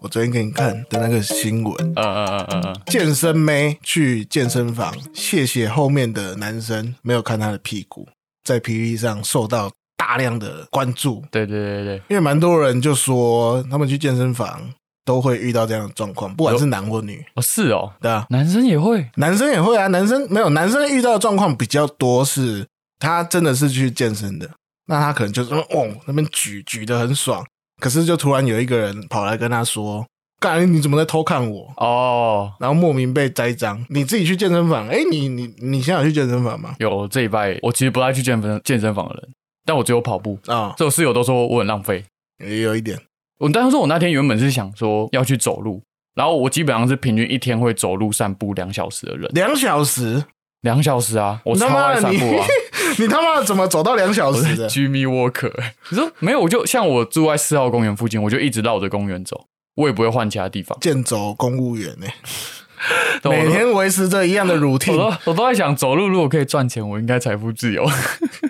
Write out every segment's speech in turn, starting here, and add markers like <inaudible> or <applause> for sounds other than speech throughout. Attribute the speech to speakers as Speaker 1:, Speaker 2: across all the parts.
Speaker 1: 我昨天给你看的那个新闻，
Speaker 2: 嗯嗯嗯嗯嗯，
Speaker 1: 健身妹去健身房，谢谢后面的男生没有看她的屁股，在 PPT 上受到大量的关注，
Speaker 2: 对对对对，
Speaker 1: 因为蛮多人就说他们去健身房都会遇到这样的状况，不管是男或女，
Speaker 2: 哦是哦，
Speaker 1: 对啊，
Speaker 2: 男生也会，
Speaker 1: 男生也会啊，男生没有，男生遇到的状况比较多是，他真的是去健身的，那他可能就是哦那边举举的很爽，可是就突然有一个人跑来跟他说：“干，你怎么在偷看我？”
Speaker 2: 哦，
Speaker 1: 然后莫名被栽赃。你自己去健身房，哎，你你你现在有去健身房吗？
Speaker 2: 有这一拜，我其实不爱去健身健身房的人，但我只有跑步，
Speaker 1: 啊、
Speaker 2: 所以我室友都说我很浪费。
Speaker 1: 也有一点，
Speaker 2: 我当时说我那天原本是想说要去走路，然后我基本上是平均一天会走路散步两小时的人，
Speaker 1: 两小时， <laughs>
Speaker 2: 两小时啊，我
Speaker 1: 你
Speaker 2: 超
Speaker 1: 他妈
Speaker 2: 爱
Speaker 1: 的
Speaker 2: 散
Speaker 1: 你
Speaker 2: 步啊。
Speaker 1: 你他妈的怎么走到两小
Speaker 2: 我
Speaker 1: 时
Speaker 2: 是 <laughs>
Speaker 1: 的？
Speaker 2: Jimmy Walker，你说没有？我就像我住在四号公园附近，我就一直绕着公园走，我也不会换其他地方。
Speaker 1: 健走公务员呢、
Speaker 2: 但我
Speaker 1: 每
Speaker 2: 都
Speaker 1: 天维持着一样的
Speaker 2: 我
Speaker 1: routine，
Speaker 2: 都我都在想，走路如果可以赚钱，我应该财富自由。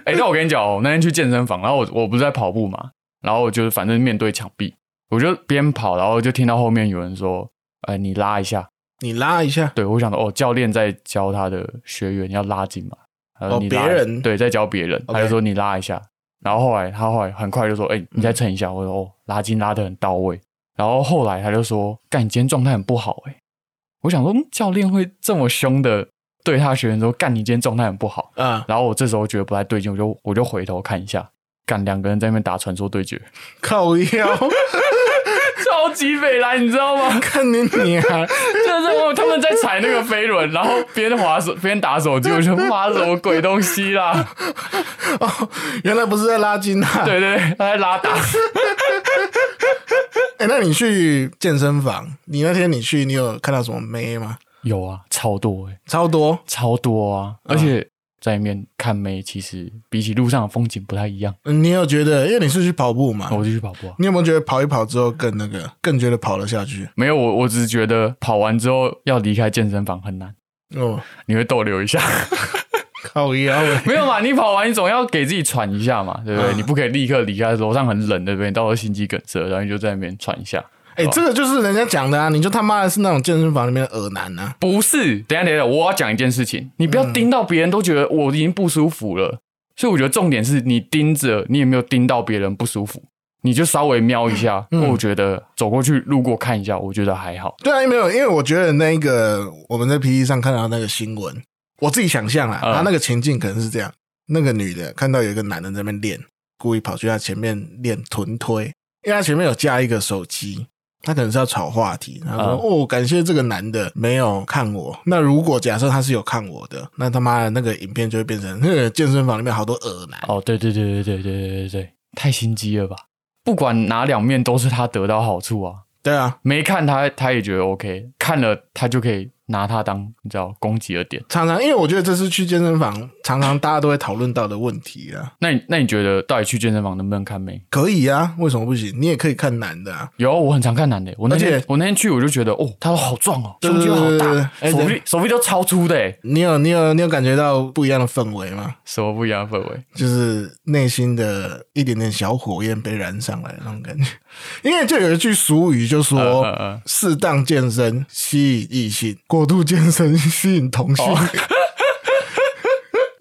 Speaker 2: 哎、但我跟你讲哦，我那天去健身房，然后我我不是在跑步嘛，然后我就是反正面对墙壁，我就边跑，然后就听到后面有人说：“哎、你拉一下。
Speaker 1: 你拉一下”，
Speaker 2: 对我想说，哦，教练在教他的学员要拉紧嘛，然后
Speaker 1: 哦
Speaker 2: 你拉
Speaker 1: 别人
Speaker 2: 对在教别人，
Speaker 1: OK
Speaker 2: 他就说你拉一下，然后后来他后来很快就说：“哎、你再
Speaker 1: 嗯
Speaker 2: 撑一下。我说：“哦，拉筋拉的很到位。”然后后来他就说：“干，你今天状态很不好。”哎，我想说，嗯教练会这么凶的对他学员说：“干，你今天状态很不好。”
Speaker 1: 啊，
Speaker 2: 然后我这时候觉得不太对劲，我就我就回头看一下，干两个人在那边打传说对决， <laughs>
Speaker 1: 靠腰。 <laughs>
Speaker 2: 超级北蓝，你知道吗？
Speaker 1: 看你你啊！
Speaker 2: 就是哦我他们在踩那个飞轮，然后边滑手边打手机，我就妈什么鬼东西啦！
Speaker 1: 哦，原来不是在拉筋啊！，
Speaker 2: 对对对，他在拉打，
Speaker 1: 哎、那你去健身房，你那天你去，你有看到什么妹吗？
Speaker 2: 有啊，超多哎、
Speaker 1: 超多
Speaker 2: 超多啊！而且在里面看妹，其实比起路上的风景不太一样。
Speaker 1: 嗯你有觉得，因为你是去跑步嘛，
Speaker 2: 我就去跑步啊。
Speaker 1: 你有没有觉得跑一跑之后更那个，更觉得跑了下去？
Speaker 2: 没有我，我只是觉得跑完之后要离开健身房很难，
Speaker 1: 哦，
Speaker 2: 你会逗留一下。 <laughs>
Speaker 1: 靠腰欸
Speaker 2: 没有嘛，你跑完你总要给自己喘一下嘛，对不对？
Speaker 1: 嗯
Speaker 2: 你不可以立刻离开，楼上很冷，对不对？你到时候心肌梗塞，然后你就在那边喘一下。
Speaker 1: 哎、这个就是人家讲的啊，你就他妈的是那种健身房里面的耳男啊！
Speaker 2: 不是，等一下等一下，我要讲一件事情，你不要盯到别人都觉得我已经不舒服了。所以我觉得重点是你盯着，你有没有盯到别人不舒服，你就稍微瞄一下。哦
Speaker 1: 嗯
Speaker 2: 我觉得走过去路过看一下，我觉得还好。
Speaker 1: 对啊，没有，因为我觉得那个我们在 PPT 上看到那个新闻，我自己想象啊，
Speaker 2: 嗯
Speaker 1: 他那个情境可能是这样：那个女的看到有一个男的在那边练，故意跑去他前面练臀推，因为他前面有架一个手机。他可能是要炒话题，他说：“哦，感谢这个男的没有看我。那如果假设他是有看我的，那他妈的那个影片就会变成，哼，健身房里面好多恶男。
Speaker 2: 哦，对对对对对对对对对，太心机了吧？不管哪两面都是他得到好处啊。
Speaker 1: 对啊，
Speaker 2: 没看他，他也觉得 OK；看了，他就可以拿他当你知道攻击的点。
Speaker 1: 常常因为我觉得这是去健身房常常大家都会讨论到的问题啊。
Speaker 2: 那你那你觉得到底去健身房能不能看妹？
Speaker 1: 可以啊，为什么不行？你也可以看男的啊。
Speaker 2: 有啊，我很常看男的。我那
Speaker 1: 而
Speaker 2: 天
Speaker 1: 且
Speaker 2: 我那天去，我就觉得哦，他都好壮哦，
Speaker 1: 对
Speaker 2: 胸肌都好大，
Speaker 1: 对对对对
Speaker 2: 手
Speaker 1: 哎
Speaker 2: 臂手臂都超粗的欸耶，
Speaker 1: 你有你有你有感觉到不一样的氛围吗？
Speaker 2: 什么不一样的氛围？
Speaker 1: 就是内心的一点点小火焰被燃上来的那种感觉。 <laughs> 因为就有一句俗语就
Speaker 2: 嗯嗯
Speaker 1: 说
Speaker 2: 嗯，
Speaker 1: “适当健身吸引异性，过度健身吸引同性”
Speaker 2: 哦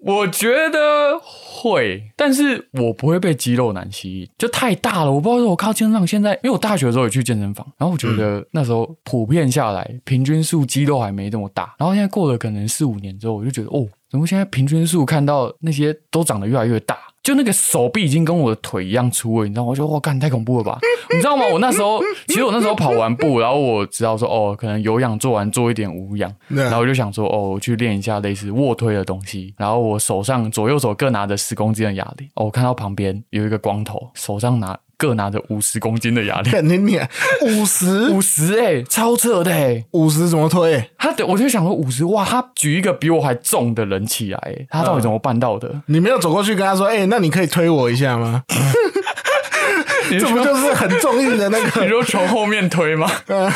Speaker 2: 我觉得会，但是我不会被肌肉男吸引，就太大了。我不知道为什么我靠健身房现在，因为我大学的时候也去健身房，然后我觉得那时候普遍下来，平均数肌肉还没这么大。然后现在过了可能四五年之后，我就觉得哦，怎么现在平均数看到那些都长得越来越大？就那个手臂已经跟我的腿一样粗了，你知道吗？我觉得哇，干太恐怖了吧？你知道吗？我那时候其实我那时候跑完步，然后我知道说哦，可能有氧做完做一点无氧，
Speaker 1: <laughs> 对
Speaker 2: <laughs>
Speaker 1: 啊
Speaker 2: 然后我就想说，哦，我去练一下类似卧推的东西。然后我手上左右手各拿着十公斤的哑铃。哦，我看到旁边有一个光头，手上拿各拿着五十公斤的 <laughs> 哑铃，
Speaker 1: 肯定 <laughs> 你啊五十
Speaker 2: 五十哎，超扯的哎、
Speaker 1: 五十怎么推？
Speaker 2: 他的我就想说五十哇，他举一个比我还重的人起来、欸，他到底怎么办到的？
Speaker 1: 你没有走过去跟他说：“哎、那你可以推我一下吗？”
Speaker 2: <laughs> 你
Speaker 1: 这不
Speaker 2: 说
Speaker 1: 就是很中意的那个
Speaker 2: 你说从后面推 <laughs> 吗？
Speaker 1: <laughs>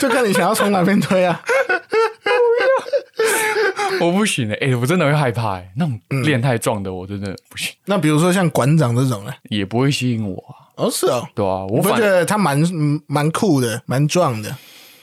Speaker 1: 就看你想要从哪边推啊。
Speaker 2: 我不行哎、欸我真的会害怕嗯哎、那种练太壮的我真的不行，
Speaker 1: 那比如说像馆长这种呢，
Speaker 2: 也不会吸引我啊。
Speaker 1: 哦，是哦，
Speaker 2: 对啊，我
Speaker 1: 我
Speaker 2: 反
Speaker 1: 觉得他蛮嗯蛮酷的，蛮壮的。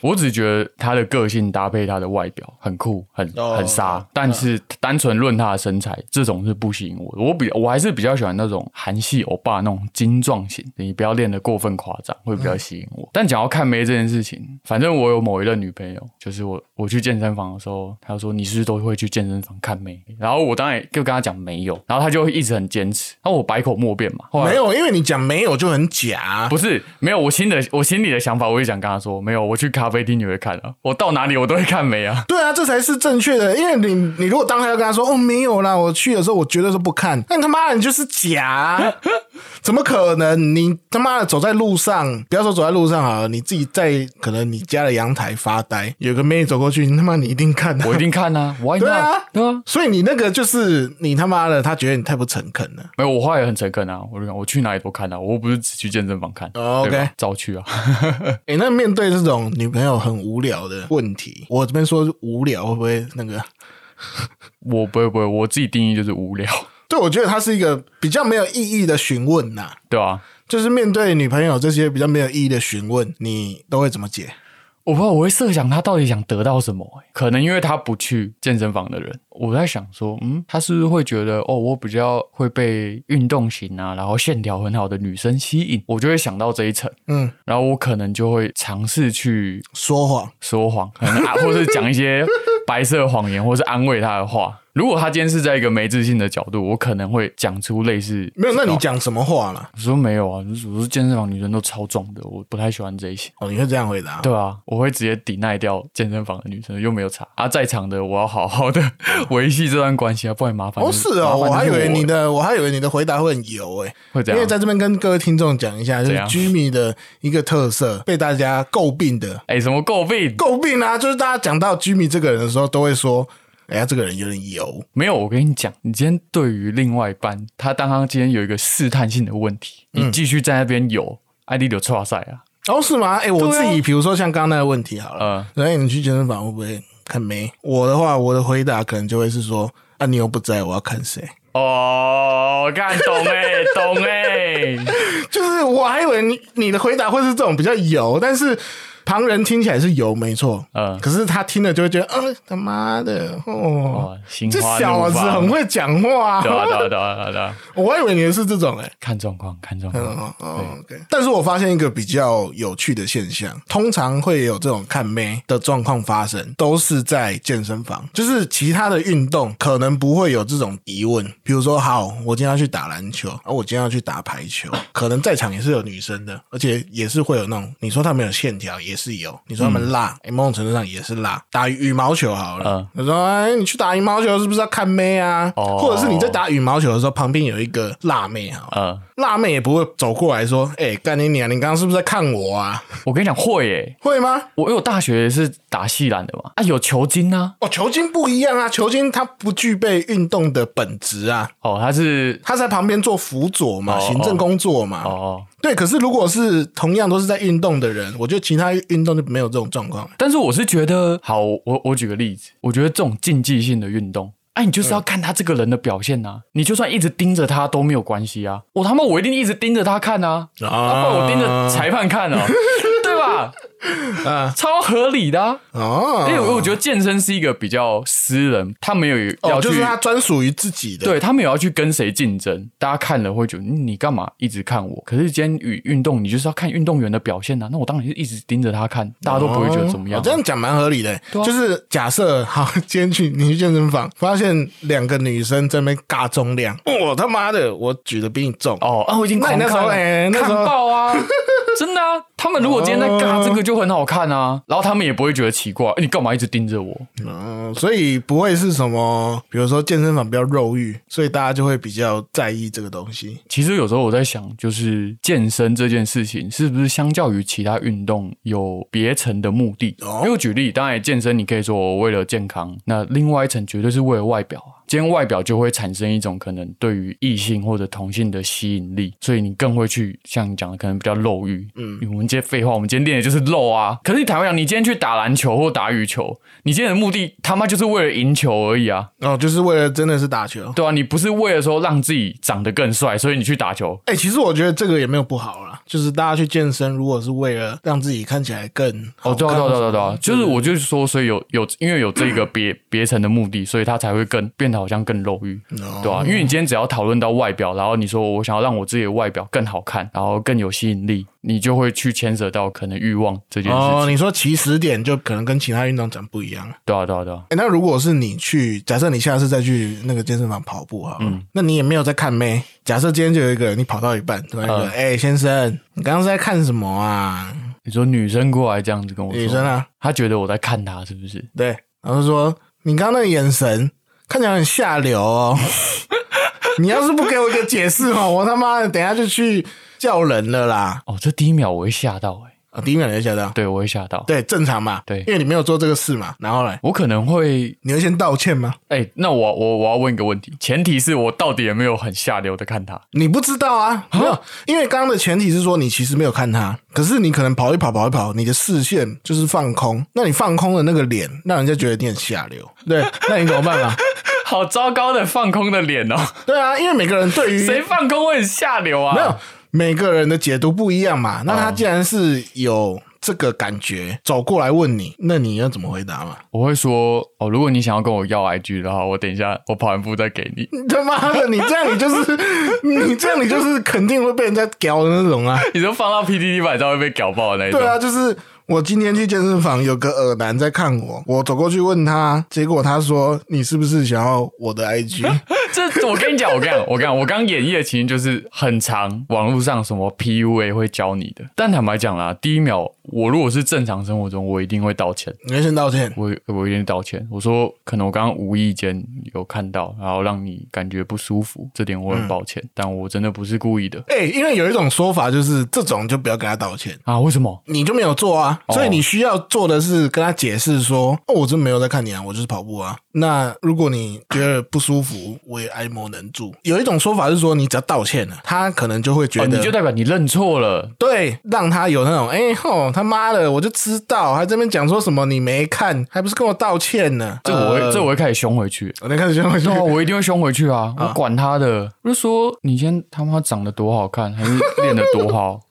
Speaker 2: 我只觉得他的个性搭配他的外表很酷，很
Speaker 1: 哦
Speaker 2: 很杀，但是单纯论他的身材，这种是不吸引我的。我比我还是比较喜欢那种韩系欧巴那种精壮型，你不要练得过分夸张，会比较吸引
Speaker 1: 嗯
Speaker 2: 我。但讲到看妹这件事情，反正我有某一任女朋友，就是我我去健身房的时候，她就说你是不是都会去健身房看妹？然后我当然就跟她讲没有，然后她就一直很坚持，然后我百口莫辩嘛。后来
Speaker 1: 没有，因为你讲没有就很假啊、
Speaker 2: <laughs> 不是，没有，我心的我心里的想法，我就想跟他说，没有，我去咖啡厅也会看啊，我到哪里我都会看
Speaker 1: <laughs>
Speaker 2: 美啊。
Speaker 1: 对啊，这才是正确的。因为你，你如果当下就跟他说“哦，没有啦，我去的时候我绝对是不看”，那你他妈的你就是假啊、怎么可能？你他妈的走在路上，不要说走在路上好了，你自己在可能你家的阳台发呆，有个妹走过去，你他妈你一定看的、
Speaker 2: 我一定看啊，Why not？
Speaker 1: 对啊
Speaker 2: 对啊，
Speaker 1: 所以你那个就是你他妈的，他觉得你太不诚恳了。
Speaker 2: 没有，我话也很诚恳啊，我就讲我去哪里都看啊，我又不是只去健身房看。
Speaker 1: 哦
Speaker 2: 对吧
Speaker 1: OK
Speaker 2: 照去啊。
Speaker 1: 诶、那面对这种女朋友很无聊的问题，我这边说无聊会不会那个？
Speaker 2: 我不会不会，我自己定义就是无聊，
Speaker 1: 对，我觉得它是一个比较没有意义的询问呐、
Speaker 2: 对啊。
Speaker 1: 就是面对女朋友这些比较没有意义的询问，你都会怎么解？
Speaker 2: 我不知道我会设想他到底想得到什么、欸可能因为他不去健身房的人，我在想说，嗯，他是不是会觉得哦，我比较会被运动型啊，然后线条很好的女生吸引，我就会想到这一层，
Speaker 1: 嗯，
Speaker 2: 然后我可能就会尝试去
Speaker 1: 说谎，
Speaker 2: 说谎，可能啊， <laughs> 或是讲一些白色谎言，或是安慰他的话。如果他今天是在一个没自信的角度，我可能会讲出类似
Speaker 1: 没有？那你讲什么话了？
Speaker 2: 我说没有啊，就是我说健身房女生都超壮的，我不太喜欢这
Speaker 1: <laughs>
Speaker 2: 一些。
Speaker 1: 哦，你会这样回答？
Speaker 2: 对啊，我会直接抵赖掉健身房的女生，又没有差啊，在场的我要好好的维系这段关系啊，不然麻烦
Speaker 1: 哦，
Speaker 2: 就是
Speaker 1: 哦，
Speaker 2: 麻
Speaker 1: 我还以
Speaker 2: 烦就是
Speaker 1: 为你
Speaker 2: 了
Speaker 1: 的，我还以为你的回答会很油诶、
Speaker 2: 会这
Speaker 1: 因为
Speaker 2: 样。
Speaker 1: 在这边跟各位听众讲一下，就是
Speaker 2: 怎样
Speaker 1: Jimmy 的一个特色，被大家诟病的
Speaker 2: 哎、什么诟病？
Speaker 1: 诟病啊，就是大家讲到 Jimmy 这个人的时候，都会说，哎呀，这个人有点油，
Speaker 2: 没有，我跟你讲，你今天对于另外一半，他当他今天有一个试探性的问题，
Speaker 1: 嗯
Speaker 2: 你继续在那边有，艾丽就错赛啊，
Speaker 1: 哦，是吗？哎、我
Speaker 2: 对
Speaker 1: 自
Speaker 2: 啊
Speaker 1: 己，比如说像刚刚那个问题好了，
Speaker 2: 呃，
Speaker 1: 然后你去健身房会不会看没？我的话，我的回答可能就会是说，啊，你又不在，我要看谁？
Speaker 2: 哦，看懂哎、
Speaker 1: 欸
Speaker 2: <laughs> 懂哎、
Speaker 1: <laughs> 就是我还以为你你的回答会是这种比较油，但是旁人听起来是油，没错，
Speaker 2: 嗯
Speaker 1: 可是他听了就会觉得，嗯、他妈的，哦，
Speaker 2: 哇，心
Speaker 1: 这
Speaker 2: 花
Speaker 1: 小
Speaker 2: 怒
Speaker 1: 子
Speaker 2: 放，
Speaker 1: 很会讲话、
Speaker 2: 对啊，对啊，对啊，对啊对啊，
Speaker 1: <laughs> 我还以为你是这种哎、欸
Speaker 2: 看状况，看状况，
Speaker 1: 哦哦，OK。但是我发现一个比较有趣的现象，通常会有这种看妹的状况发生，都是在健身房，就是其他的运动可能不会有这种疑问。比如说，好，我今天要去打篮球，啊，我今天要去打排球，可能在场也是有女生的，而且也是会有那种，你说她们有线条也是有，你说她们辣，诶某种程度上也是辣。打羽毛球好了
Speaker 2: 嗯，
Speaker 1: 你说，哎，你去打羽毛球是不是要看妹啊？
Speaker 2: 哦
Speaker 1: 或者是你在打羽毛球的时候，旁边有一个辣妹好了
Speaker 2: 呃，
Speaker 1: 辣妹也不会走过来说：“哎、干你娘！你刚刚是不是在看我啊
Speaker 2: 我跟你讲会哎、？”
Speaker 1: 会吗？
Speaker 2: 我因为我大学是打系篮的嘛，啊，有球精啊，
Speaker 1: 哦，球精不一样啊，球精它不具备运动的本质啊，
Speaker 2: 哦，他是
Speaker 1: 它在旁边做辅佐嘛，
Speaker 2: 哦
Speaker 1: 行政工作嘛。
Speaker 2: 哦，
Speaker 1: 对，可是如果是同样都是在运动的人，我觉得其他运动就没有这种状况。
Speaker 2: 但是我是觉得，好，我我举个例子，我觉得这种竞技性的运动。哎、你就是要看他这个人的表现呐、你就算一直盯着他都没有关系啊！我他妈我一定一直盯着他看啊，
Speaker 1: 啊，
Speaker 2: 啊，不然我盯着裁判看 <laughs> 啊，对吧？
Speaker 1: 啊
Speaker 2: 超合理的、啊，
Speaker 1: 哦，
Speaker 2: 因为我觉得健身是一个比较私人，他没有要
Speaker 1: 哦，
Speaker 2: 去，
Speaker 1: 就是它专属于自己的。
Speaker 2: 对他没有要去跟谁竞争，大家看了会觉得嗯你干嘛一直看我？可是今天与运动，你就是要看运动员的表现呐、啊那我当然是一直盯着他看，大家都不会觉得怎么样、
Speaker 1: 哦这样讲蛮合理的、
Speaker 2: 对啊
Speaker 1: 就是假设好，今天去你去健身房，发现两个女生在那边尬重量，我、他妈的，我举的比你重，
Speaker 2: 哦啊，我已经
Speaker 1: 那
Speaker 2: 狂
Speaker 1: 你那时
Speaker 2: 看
Speaker 1: 候
Speaker 2: 了，
Speaker 1: 哎那时候哦
Speaker 2: 看爆啊，
Speaker 1: <laughs>
Speaker 2: 真的啊！他们如果今天在尬这个就很好看啊，然后他们也不会觉得奇怪，哎你干嘛一直盯着我？
Speaker 1: 嗯，所以不会是什么，比如说健身房比较肉欲，所以大家就会比较在意这个东西。
Speaker 2: 其实有时候我在想，就是健身这件事情，是不是相较于其他运动有别层的目的？
Speaker 1: 哦
Speaker 2: 因为我举例，当然健身你可以说我为了健康，那另外一层绝对是为了外表啊。今天外表就会产生一种可能对于异性或者同性的吸引力，所以你更会去像你讲的，可能比较露欲。
Speaker 1: 嗯
Speaker 2: 嗯，我们今天废话，我们今天练的就是露啊。可是你坦白讲，你今天去打篮球或打羽球，你今天的目的他妈就是为了赢球而已啊，
Speaker 1: 哦，就是为了真的是打球。
Speaker 2: 对啊，你不是为了说让自己长得更帅，所以你去打球。
Speaker 1: 哎、其实我觉得这个也没有不好啦，就是大家去健身，如果是为了让自己看起来更好
Speaker 2: 哦，对啊，
Speaker 1: 看嗯
Speaker 2: 对啊，对啊，对啊，就是我就是说，所以有有，因为有
Speaker 1: <clears throat>
Speaker 2: 这个别别层的目的，所以他才会更变得好像更肉欲，
Speaker 1: 哦
Speaker 2: 对啊，因为你今天只要讨论到外表，然后你说我想要让我自己的外表更好看，然后更有吸引力，你就会去牵扯到可能欲望这件事
Speaker 1: 哦，
Speaker 2: 情，
Speaker 1: 你说起始点就可能跟其他运动长不一样。
Speaker 2: 对啊，对啊，对啊，
Speaker 1: 哎、那如果是你去，假设你下次再去那个健身房跑步哈，
Speaker 2: 嗯
Speaker 1: 那你也没有在看妹。假设今天就有一个人，你跑到一半，突然一
Speaker 2: 嗯
Speaker 1: 个，哎、先生，你刚刚是在看什么啊？
Speaker 2: 你说女生过来这样子跟我说，
Speaker 1: 女生啊，
Speaker 2: 她觉得我在看她是不是？
Speaker 1: 对，然后就说你刚刚那个眼神看起来很下流 <laughs> 哦。你要是不给我一个解释哦，我他妈的等一下就去叫人了啦！
Speaker 2: 哦，这第一秒我会吓到、欸，哎，
Speaker 1: 啊，第一秒你就吓到，
Speaker 2: 对我会吓到，
Speaker 1: 对，正常嘛，
Speaker 2: 对
Speaker 1: 因为你没有做这个事嘛。然后嘞，
Speaker 2: 我可能会，
Speaker 1: 你会先道歉吗？
Speaker 2: 哎、那我我我要问一个问题，前提是我到底有没有很下流的看她？ <laughs>
Speaker 1: 你不知道啊，没有，因为刚刚的前提是说你其实没有看他，可是你可能跑一跑跑一跑，你的视线就是放空，那你放空的那个脸，让人家觉得你很下流，对， <laughs> 那你怎么办啊？
Speaker 2: 好糟糕的放空的脸哦！
Speaker 1: 对啊，因为每个人对于
Speaker 2: 谁放空会很下流啊？
Speaker 1: 没有每个人的解读不一样嘛，那他既然是有这个感觉走过来问你，那你要怎么回答嘛？
Speaker 2: 我会说哦，如果你想要跟我要 IG 的话，我等一下我跑完步再给你。
Speaker 1: 你他妈的，你这样你就是 <laughs> 你这样你就是肯定会被人家屌的那种啊！
Speaker 2: 你就放到 PDD 版上会被屌爆的那一种。
Speaker 1: 对啊，就是我今天去健身房，有个耳男在看我，我走过去问他，结果他说：“你是不是想要我的 IG？”
Speaker 2: 这我跟你讲，我跟你讲，我跟你 <laughs> 讲，我刚演绎的情境就是很长，网络上什么 PUA 会教你的。但坦白讲啦，第一秒我如果是正常生活中，我一定会道歉。
Speaker 1: 你要先道歉。
Speaker 2: 我我有点道歉，我说可能我刚刚无意间有看到，然后让你感觉不舒服，这点我很抱歉，但我真的不是故意的
Speaker 1: 哎、因为有一种说法就是这种就不要跟他道歉，
Speaker 2: 啊！为什么？
Speaker 1: 你就没有做啊，
Speaker 2: 哦
Speaker 1: 所以你需要做的是跟他解释说：“哦，我真没有在看你啊，我就是跑步啊。”那如果你觉得不舒服，我也爱莫能助。有一种说法是说，你只要道歉了，他可能就会觉
Speaker 2: 哦，
Speaker 1: 得、
Speaker 2: 你就代表你认错了。
Speaker 1: 对，让他有那种哎、吼他妈的，我就知道，还这边讲说什么你没看，还不是跟我道歉呢？
Speaker 2: 这我会，
Speaker 1: 呃
Speaker 2: 这我会开始凶回去。
Speaker 1: 我那开始先回去
Speaker 2: <laughs> 对啊，我一定会凶回去啊！我管他的，我就说你今天他妈长得多好看，还是练得
Speaker 1: <laughs>
Speaker 2: 多好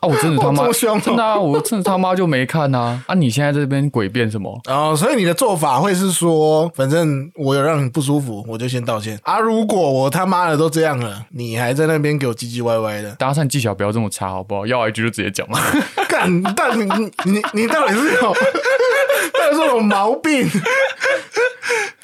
Speaker 2: 啊！我真的他
Speaker 1: 哇这
Speaker 2: 妈
Speaker 1: 么凶哦
Speaker 2: 真的啊！我真的他妈就没看啊！啊，你现在这边诡辩什么？，
Speaker 1: 哦，所以你的做法会是说，反正我有让你不舒服，我就先道歉啊。如果我他妈的都这样了，你还在那边给我唧唧歪歪的
Speaker 2: 搭讪技巧不要这么差，好不好？要 IG 就直接讲嘛。
Speaker 1: <laughs> 干，但你你你你到底是有，到底是有毛病？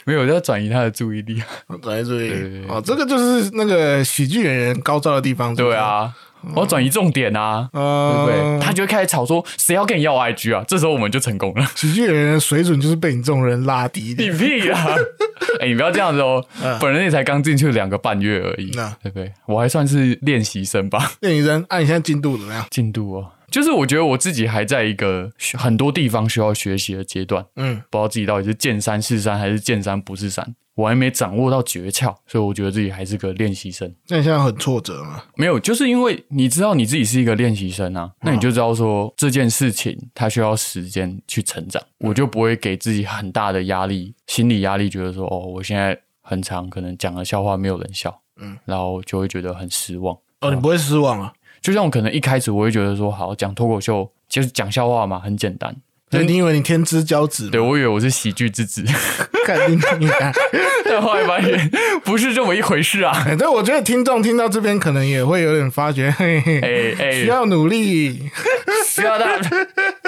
Speaker 2: 没有，要转移他的注意力。
Speaker 1: 我来注
Speaker 2: 对
Speaker 1: 意
Speaker 2: 对
Speaker 1: 哦，这个就是那个喜剧演员高招的地方，是不
Speaker 2: 对
Speaker 1: 是，
Speaker 2: 啊，我要转移重点啊，对
Speaker 1: 嗯、
Speaker 2: 不对？他就会开始吵说谁要跟你要 IG 啊？这时候我们就成功了。
Speaker 1: 喜剧演员的水准就是被你这种人拉低的。
Speaker 2: 你屁啊！
Speaker 1: <laughs>
Speaker 2: 哎、你不要这样子哦，本人也才刚进去两个半月而已，
Speaker 1: 嗯
Speaker 2: 对不对？我还算是练习
Speaker 1: <laughs>
Speaker 2: 生吧。
Speaker 1: 练习生，按、你现在进度怎么样？
Speaker 2: 进度哦，就是我觉得我自己还在一个学很多地方需要学习的阶段，
Speaker 1: 嗯，
Speaker 2: 不知道自己到底是见山是山还是见山不是山，我还没掌握到诀窍，所以我觉得自己还是个练习生。
Speaker 1: 那你现在很挫折吗？
Speaker 2: 没有，就是因为你知道你自己是一个练习生啊，那你就知道说这件事情它需要时间去成长，我就不会给自己很大的压力，心理压力，觉得说哦，我现在很长可能讲的笑话没有人笑，
Speaker 1: 嗯
Speaker 2: 嗯，然后就会觉得很失望。
Speaker 1: 哦，你不会失望啊？
Speaker 2: 就像我可能一开始我会觉得说，好讲脱口秀就是讲笑话嘛，很简单。
Speaker 1: 所以你以为你天之骄子吗？
Speaker 2: 对，我以为我是喜剧之子， <laughs>
Speaker 1: 肯定你啊！
Speaker 2: 但后来发现不是这么一回事啊！ <laughs>
Speaker 1: 哎对，我觉得听众听到这边可能也会有点发觉，嘿嘿，
Speaker 2: 哎哎，
Speaker 1: 需要努力。
Speaker 2: <laughs> 需要大家， <laughs>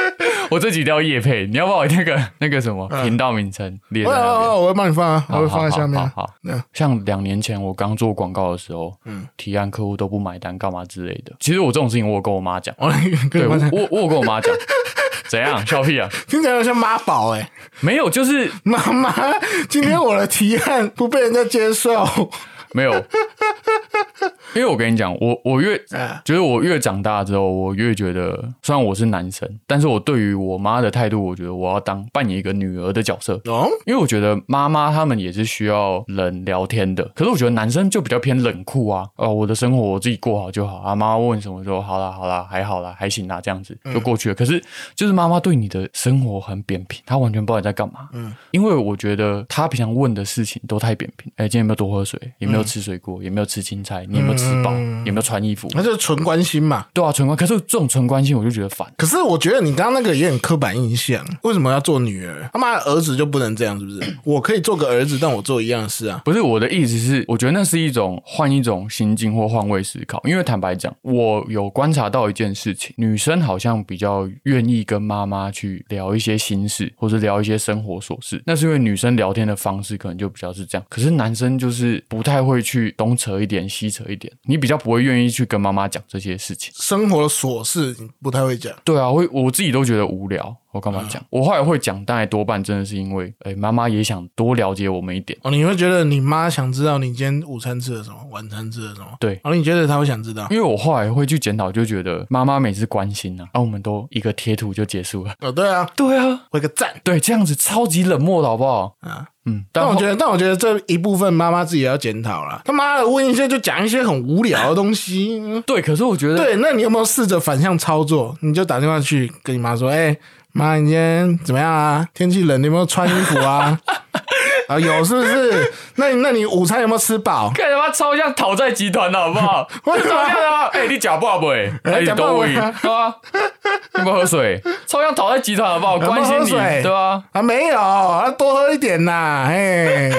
Speaker 2: 我这几条夜配，你要把我那个 <laughs> 那个什么
Speaker 1: 嗯
Speaker 2: 频道名称列在
Speaker 1: 我
Speaker 2: 那边。
Speaker 1: 哦我我会帮你放啊，我
Speaker 2: 好
Speaker 1: 会放在下面啊。
Speaker 2: 好好好
Speaker 1: 嗯
Speaker 2: 像两年前我刚做广告的时候，嗯，提案客户都不买单，干嘛之类的。其实我这种事情，我有跟我妈讲，
Speaker 1: 我来跟
Speaker 2: <laughs> 对
Speaker 1: 你
Speaker 2: 我
Speaker 1: 放下，
Speaker 2: 我我有跟我
Speaker 1: <laughs>
Speaker 2: 妈讲，怎样笑屁啊？
Speaker 1: 听起来有点像妈宝哎，
Speaker 2: 没有，就是
Speaker 1: 妈妈，
Speaker 2: <laughs> 啊
Speaker 1: 今天我的提案不被人家接受，
Speaker 2: 没有，因因为我跟你讲，我我越
Speaker 1: 啊，
Speaker 2: 觉得我越长大之后，我越觉得，虽然我是男生，但是我对于我妈的态度，我觉得我要当扮演一个女儿的角色，
Speaker 1: 哦，
Speaker 2: 因为我觉得妈妈他们也是需要人聊天的。可是我觉得男生就比较偏冷酷啊，哦，我的生活我自己过好就好啊。妈妈问什么时候，好啦好啦，还好啦，还行啦，这样子
Speaker 1: 嗯
Speaker 2: 就过去了。可是就是妈妈对你的生活很扁平，她完全不知道你在干嘛。
Speaker 1: 嗯
Speaker 2: 因为我觉觉得他平常问的事情都太扁平，哎、今天有没有多喝水？有没有吃水果？有没有吃青菜？你有没有吃饱？
Speaker 1: 嗯
Speaker 2: 有没有穿衣服？
Speaker 1: 那就是纯关心嘛。
Speaker 2: 对啊，纯关，可是这种纯关心我就觉得烦。
Speaker 1: 可是我觉得你刚刚那个也很刻板印象，为什么要做女儿？他妈的儿子就不能这样，是不是？我可以做个儿子，但我做一样的事啊。
Speaker 2: 不是我的意思是，我觉得那是一种换一种心境或换位思考。因为坦白讲，我有观察到一件事情，女生好像比较愿意跟妈妈去聊一些心事，或者聊一些生活琐事。那是因为女生聊天的方式可能就比较是这样，可是男生就是不太会去东扯一点西扯一点，你比较不会愿意去跟妈妈讲这些事情。
Speaker 1: 生活的琐事你不太会讲，
Speaker 2: 对啊，我我自己都觉得无聊，我干嘛讲？我后来会讲，大概多半真的是因为，哎、妈妈也想多了解我们一点。
Speaker 1: 哦，你会觉得你妈想知道你今天午餐吃了什么，晚餐吃了什么？
Speaker 2: 对嗯
Speaker 1: 哦，你觉得她会想知道？
Speaker 2: 因为我后来会去检讨，就觉得妈妈每次关心呢、啊，我们都一个贴图就结束了。
Speaker 1: 哦，对啊，
Speaker 2: 对啊，
Speaker 1: 回个赞
Speaker 2: 对，这样子超级冷漠的好不好？
Speaker 1: 啊。
Speaker 2: 嗯，
Speaker 1: 但我觉
Speaker 2: 得
Speaker 1: 得，但我觉得这一部分妈妈自己也要检讨啦。他妈的，问一些就讲一些很无聊的东西。嗯
Speaker 2: 对，可是我觉得
Speaker 1: 对，那你有没有试着反向操作？你就打电话去跟你妈说：“哎、妈，你今天怎么样啊？天气冷，你有没有穿衣服啊？” <laughs> 啊，有是不是？那你那你午餐有没有吃饱？
Speaker 2: 看他妈超像讨债集团的好不
Speaker 1: <laughs>
Speaker 2: 好？
Speaker 1: 为什么
Speaker 2: 超像的啊！哎、你假爸爸哎，哎、你
Speaker 1: 假爸
Speaker 2: 多
Speaker 1: 爸
Speaker 2: 喂，对啊，你有没有喝水？超像讨债集团好不好？
Speaker 1: 有没有
Speaker 2: 关心
Speaker 1: 喝
Speaker 2: 你，
Speaker 1: 水
Speaker 2: 对啊，
Speaker 1: 啊，没有，啊，多喝一点呐，嘿。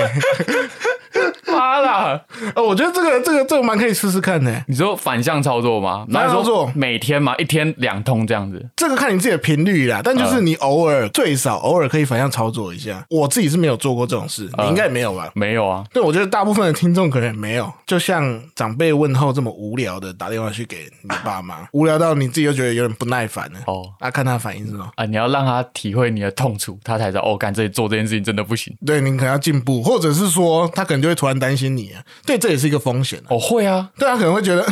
Speaker 2: 妈
Speaker 1: <laughs>
Speaker 2: 啦！
Speaker 1: 哦，我觉得这个这个这个蛮可以试试看的，
Speaker 2: 你说反向操作吗？
Speaker 1: 反向操作
Speaker 2: 那你说每天嘛，一天两通这样子。
Speaker 1: 这个看你自己的频率啦，但就是你偶尔、最少偶尔可以反向操作一下。我自己是没有做过这种事，你应该也没有吧？
Speaker 2: 没有啊，
Speaker 1: 对，我觉得大部分的听众可能也没有，就像长辈问候这么无聊的打电话去给你爸妈，无聊到你自己就觉得有点不耐烦了。
Speaker 2: 哦
Speaker 1: 啊，看他的反应是什么？
Speaker 2: 啊，你要让他体会你的痛楚，他才知道哦，干这做这件事情真的不行。
Speaker 1: 对你可能要进步，或者是说他可能就会突然担心你、啊，对，这也是一个风险、啊。
Speaker 2: 哦，会啊，
Speaker 1: 对他可能会觉得，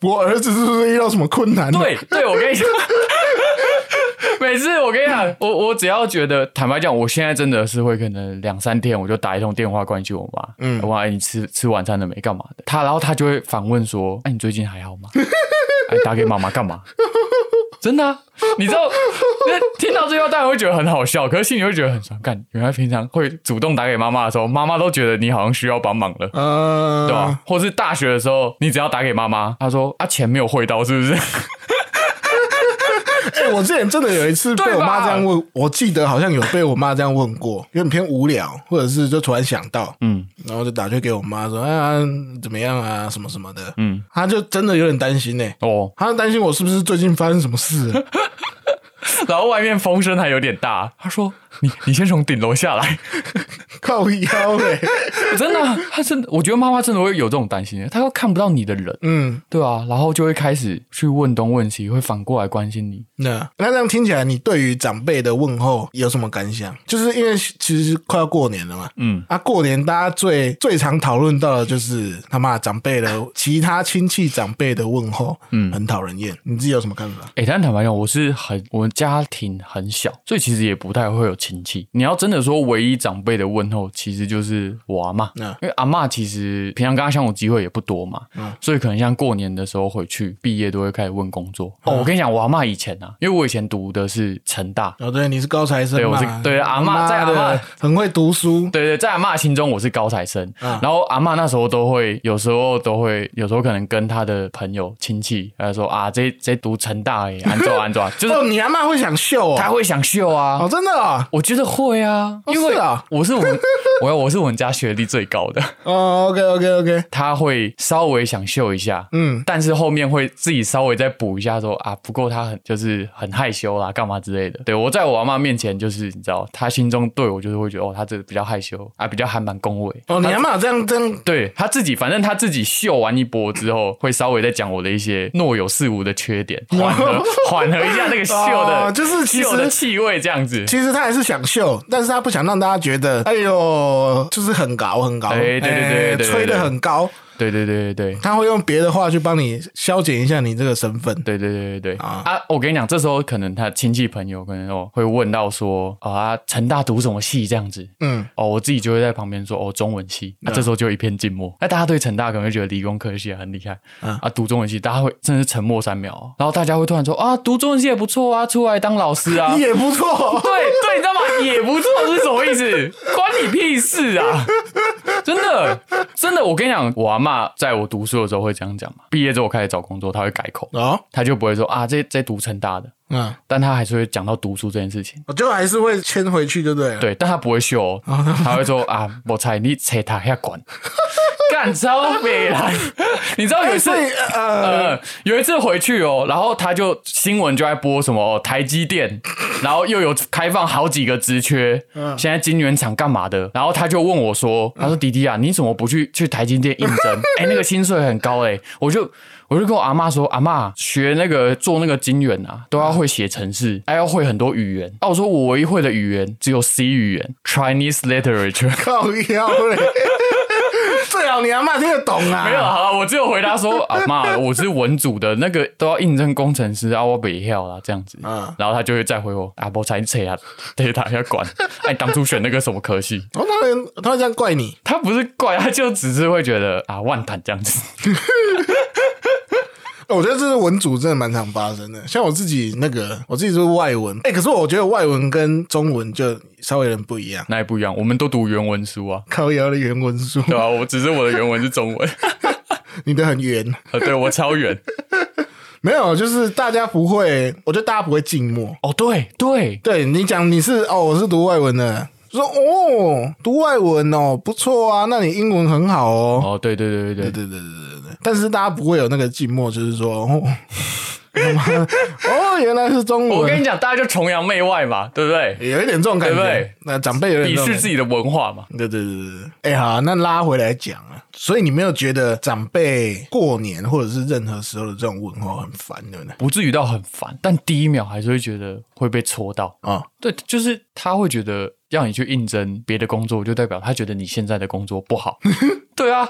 Speaker 1: 我儿子是不是遇到什么困难？，
Speaker 2: 对对，我跟你讲，每次我跟你讲，我我只要觉得，坦白讲，我现在真的是会可能两三天我就打一通电话关心我妈，嗯，我妈、哎你吃吃晚餐了没？干嘛的？她然后她就会反问说，哎、你最近还好 <laughs> 吗？哎、打给妈妈干 <laughs> 嘛？真的、啊，你知道，那听到最后当然会觉得很好笑，可是心里会觉得很爽。干，原来平常会主动打给妈妈的时候，妈妈都觉得你好像需要帮忙了。
Speaker 1: 呃，
Speaker 2: 对吧、或是大学的时候，你只要打给妈妈，她说啊钱没有汇到，是不是？
Speaker 1: 哎、我之前真的有一次被
Speaker 2: 对吧
Speaker 1: 我妈这样问，我记得好像有被我妈这样问过，有点偏无聊，或者是就突然想到，
Speaker 2: 嗯，
Speaker 1: 然后就打去给我妈说，啊，怎么样啊，什么什么的，
Speaker 2: 嗯，
Speaker 1: 她就真的有点担心呢、欸
Speaker 2: 哦，
Speaker 1: 她担心我是不是最近发生什么事啊
Speaker 2: <laughs>
Speaker 1: 了？
Speaker 2: 然后外面风声还有点大，她说你你先从顶楼下来，
Speaker 1: 靠腰欸嘞、
Speaker 2: <laughs> 真的啊，她真的，我觉得妈妈真的会有这种担心，她又看不到你的人，
Speaker 1: 嗯，
Speaker 2: 对啊，然后就会开始去问东问西，会反过来关心你。
Speaker 1: 那那这样听起来，你对于长辈的问候有什么感想？就是因为其实快要过年了嘛，
Speaker 2: 嗯，
Speaker 1: 啊，过年大家最最常讨论到的就是他妈长辈的其他亲戚长辈的问候，嗯，很讨人厌。你自己有什么看法？
Speaker 2: 哎、但坦白讲，我是很我家庭很小，所以其实也不太会有亲戚。你要真的说唯一长辈的问候，其实就是我阿妈，
Speaker 1: 嗯
Speaker 2: 因为阿妈其实平常跟她相处机会也不多嘛，所以可能像过年的时候回去，毕业都会开始问工作。哦，
Speaker 1: 嗯
Speaker 2: 我跟你讲，我阿妈以前啊，因为我以前读的是成大。
Speaker 1: 哦，对，你是高材生
Speaker 2: 对
Speaker 1: 嘛，
Speaker 2: 我是对阿嬷
Speaker 1: 妈
Speaker 2: 在阿
Speaker 1: 的
Speaker 2: 嬷
Speaker 1: 很会读书，
Speaker 2: 对对，在阿妈心中我是高材生，
Speaker 1: 嗯
Speaker 2: 然后阿妈那时候都会，有时候都会，有时候可能跟她的朋友亲戚，她说啊，这这读成大哎，安照安照，就是
Speaker 1: 哦，你阿妈会想秀
Speaker 2: 她
Speaker 1: 哦，
Speaker 2: 会想秀啊，
Speaker 1: 哦，真的哦，
Speaker 2: 我觉得会啊，
Speaker 1: 哦
Speaker 2: 因为
Speaker 1: 是啊
Speaker 2: 我是我们，我要我是我们家学历最高的， <laughs>
Speaker 1: 哦，OK OK OK，
Speaker 2: 他会稍微想秀一下，
Speaker 1: 嗯，
Speaker 2: 但是后面会自己稍微再补一下说，啊，不过他很就是很害羞啦，干嘛之类的。对我在我阿妈面前，就是你知道，他心中对我就是会觉得，哦，他这个比较害羞啊，比较还蛮恭维。
Speaker 1: 哦，你阿妈这样这样，
Speaker 2: 对他自己，反正他自己秀完一波之后，会稍微再讲我的一些若有似无的缺点，
Speaker 1: <laughs>
Speaker 2: 缓和缓和一下那个秀的，
Speaker 1: 哦就是其实
Speaker 2: 秀的气味这样子。
Speaker 1: 其实她还是想秀，但是她不想让大家觉得，哎呦，就是很高很高，
Speaker 2: 哎对对对
Speaker 1: 哎
Speaker 2: 对对
Speaker 1: 吹的很高，
Speaker 2: 对对对对对
Speaker 1: 他会用别的话去帮你消减一下你这个身份。
Speaker 2: 对对对对对
Speaker 1: 啊
Speaker 2: 啊我跟你讲，这时候可能他亲戚朋友可能哦会问到说啊，成大读什么系这样子。
Speaker 1: 嗯，
Speaker 2: 哦，我自己就会在旁边说哦，中文系，那、
Speaker 1: 嗯
Speaker 2: 这时候就一片静默。那大家对成大可能会觉得理工科系很厉害，
Speaker 1: 嗯
Speaker 2: 啊，读中文系大家会真的是沉默三秒哦、然后大家会突然说啊，读中文系也不错啊，出来当老师
Speaker 1: <laughs>
Speaker 2: 啊，
Speaker 1: 也不
Speaker 2: <laughs>
Speaker 1: 错。
Speaker 2: 对对，你知
Speaker 1: <laughs>
Speaker 2: 道吗？也不错是什么意思？关你屁事啊！真的真的，我跟你讲，我阿嬷在我读书的时候会这样讲嘛。毕业之后开始找工作，她会改口，
Speaker 1: 哦，
Speaker 2: 她就不会说啊，这这读成大的，
Speaker 1: 嗯，
Speaker 2: 但她还是会讲到读书这件事情。
Speaker 1: 我就还是会牵回去，对不对了？
Speaker 2: 对，但她不会秀、哦，她会说啊，我猜你扯他下管， <laughs> 干超北来。 <laughs> 你知道有一
Speaker 1: 哎，
Speaker 2: 次
Speaker 1: 所。以呃，
Speaker 2: 呃，有一次回去哦，然后他就新闻就在播什么、哦台积电，然后又有开放好几个职缺，
Speaker 1: 嗯
Speaker 2: 现在晶圆厂干嘛的？然后他就问我说：“他说迪迪啊，你怎么不去去台积电应征？ <laughs> 哎、那个薪水很高哎、我就。我就跟我阿妈说，阿妈学那个做那个晶圆啊，都要会写程式，还要会很多语言。啊，我说我唯一会的语言只有 C 语言，Chinese literature。
Speaker 1: 靠腰嘞， <laughs> 最好你阿妈听得懂啊。
Speaker 2: 没有，好了，我只有回答 <laughs> 说啊妈，我是文组的那个都要应征工程师啊，我北跳啦这样子，
Speaker 1: 嗯
Speaker 2: 然后他就会再回我啊，我才扯啊，得打要管，哎、你当初选那个什么科 <laughs> 系，
Speaker 1: 哦，他会他会这样怪你，
Speaker 2: 他不是怪，他就只是会觉得啊万谈这样 <laughs> 子，
Speaker 1: 我觉得这是文组真的蛮常发生的。像我自己那个，我自己是外文，哎、可是我觉得外文跟中文就稍微有点不一样。
Speaker 2: 那也不一样，我们都读原文书啊，
Speaker 1: 靠腰的原文书，
Speaker 2: 对吧、啊我只是我的原文是中文，
Speaker 1: 你的很圆，
Speaker 2: 呃，对我超远，
Speaker 1: 没有，就是大家不会，我觉得大家不会静默。
Speaker 2: <laughs> 哦，对对，
Speaker 1: 对你讲你是哦，我是读外文的，说哦，读外文哦，不错啊，那你英文很好哦。
Speaker 2: 哦，对对对对对，
Speaker 1: 对对对对对对，但是大家不会有那个静默，就是说
Speaker 2: <laughs>
Speaker 1: 哦，他妈的哦，原来是中
Speaker 2: 我跟
Speaker 1: 文，
Speaker 2: 你讲，大家就崇洋媚外嘛，对不对？
Speaker 1: 有一点这种感
Speaker 2: 对不
Speaker 1: 觉
Speaker 2: 对。
Speaker 1: 那长辈有点
Speaker 2: 鄙
Speaker 1: 这种
Speaker 2: 视
Speaker 1: 感觉
Speaker 2: 自己的文化嘛，
Speaker 1: 对对对对对，哎、好啊、那拉回来讲啊，所以你没有觉得长辈过年或者是任何时候的这种问候很烦，对不对？
Speaker 2: 不至于到很烦，但第一秒还是会觉得会被戳到。
Speaker 1: 哦，
Speaker 2: 对，就是他会觉得让你去应征别的工作，就代表他觉得你现在的工作不好。对啊，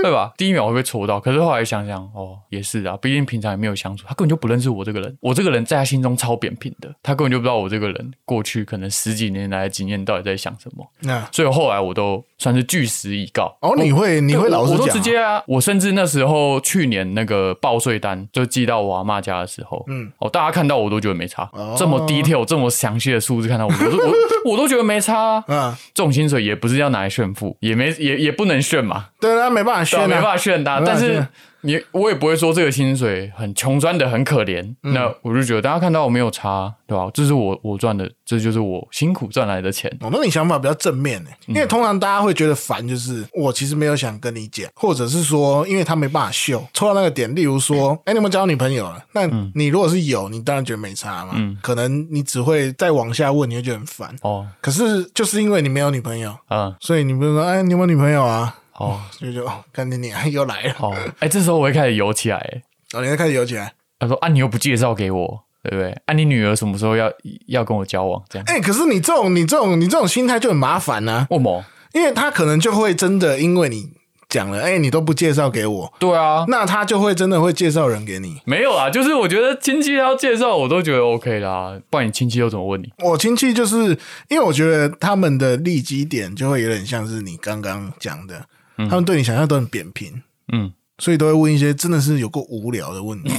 Speaker 2: 对吧？第一秒会被戳到，可是后来想想，哦，也是啊，毕竟平常也没有相处，他根本就不认识我这个人，我这个人在他心中超扁平的，他根本就不知道我这个人过去可能十几年来的经验到底在想什么。
Speaker 1: 那
Speaker 2: 所以后来我都算是据实以告。
Speaker 1: 哦，你会你会
Speaker 2: 对
Speaker 1: 老实讲、
Speaker 2: 我我
Speaker 1: 啊，
Speaker 2: 都直接啊！我甚至那时候去年那个报税单就寄到我阿妈家的时候，
Speaker 1: 嗯
Speaker 2: 嗯，哦，大家看到我都觉得没差，
Speaker 1: 哦
Speaker 2: 这么 detail 这么详细的数字看到我，我都我 <laughs> 我都觉得没差、啊。
Speaker 1: 嗯，
Speaker 2: 这种薪水也不是要拿来炫富，也没也也不能炫嘛，
Speaker 1: 对，他没办法
Speaker 2: 对、
Speaker 1: 炫、
Speaker 2: 啊，
Speaker 1: 啊，
Speaker 2: 没办法炫的、
Speaker 1: 没办
Speaker 2: 但
Speaker 1: 法炫
Speaker 2: 是你我也不会说这个薪水很穷酸的很可怜，
Speaker 1: 嗯
Speaker 2: 那我就觉得大家看到我没有差，对吧、这是我我赚的，这就是我辛苦赚来的钱。
Speaker 1: 我、哦、那你想法比较正面呢，因
Speaker 2: 嗯
Speaker 1: 为通常大家会觉得烦，就是我其实没有想跟你讲，或者是说，因为他没办法秀，抽到那个点，例如说，哎、你有没有交女朋友了？那
Speaker 2: 嗯
Speaker 1: 你如果是有，你当然觉得没差嘛，可能你只会再往下问，你会觉得很烦。
Speaker 2: 哦，
Speaker 1: 可是就是因为你没有女朋友，
Speaker 2: 嗯，
Speaker 1: 所以你不是说，哎，你有没有女朋友啊？
Speaker 2: 哦，
Speaker 1: 所以就哦，干你娘又来了，
Speaker 2: 哦，哎、这时候我会开始游起来、哎
Speaker 1: 然后你就开始游起来。
Speaker 2: 他说：“啊，你又不介绍给我，对不对？啊，你女儿什么时候要要跟我交往？这样，
Speaker 1: 哎、可是你这种、你这种、你这种心态就很麻烦呢、
Speaker 2: 我某，
Speaker 1: 因为他可能就会真的因为你讲了，哎、你都不介绍给我，
Speaker 2: 对啊，
Speaker 1: 那他就会真的会介绍人给你。
Speaker 2: 没有啊，就是我觉得亲戚要介绍，我都觉得 OK 啦，不然你亲戚又怎么问你？
Speaker 1: 我亲戚就是因为我觉得他们的利基点就会有点像是你刚刚讲的，他们对你想象都很扁平，
Speaker 2: 嗯
Speaker 1: 所以都会问一些真的是有够无聊的问题。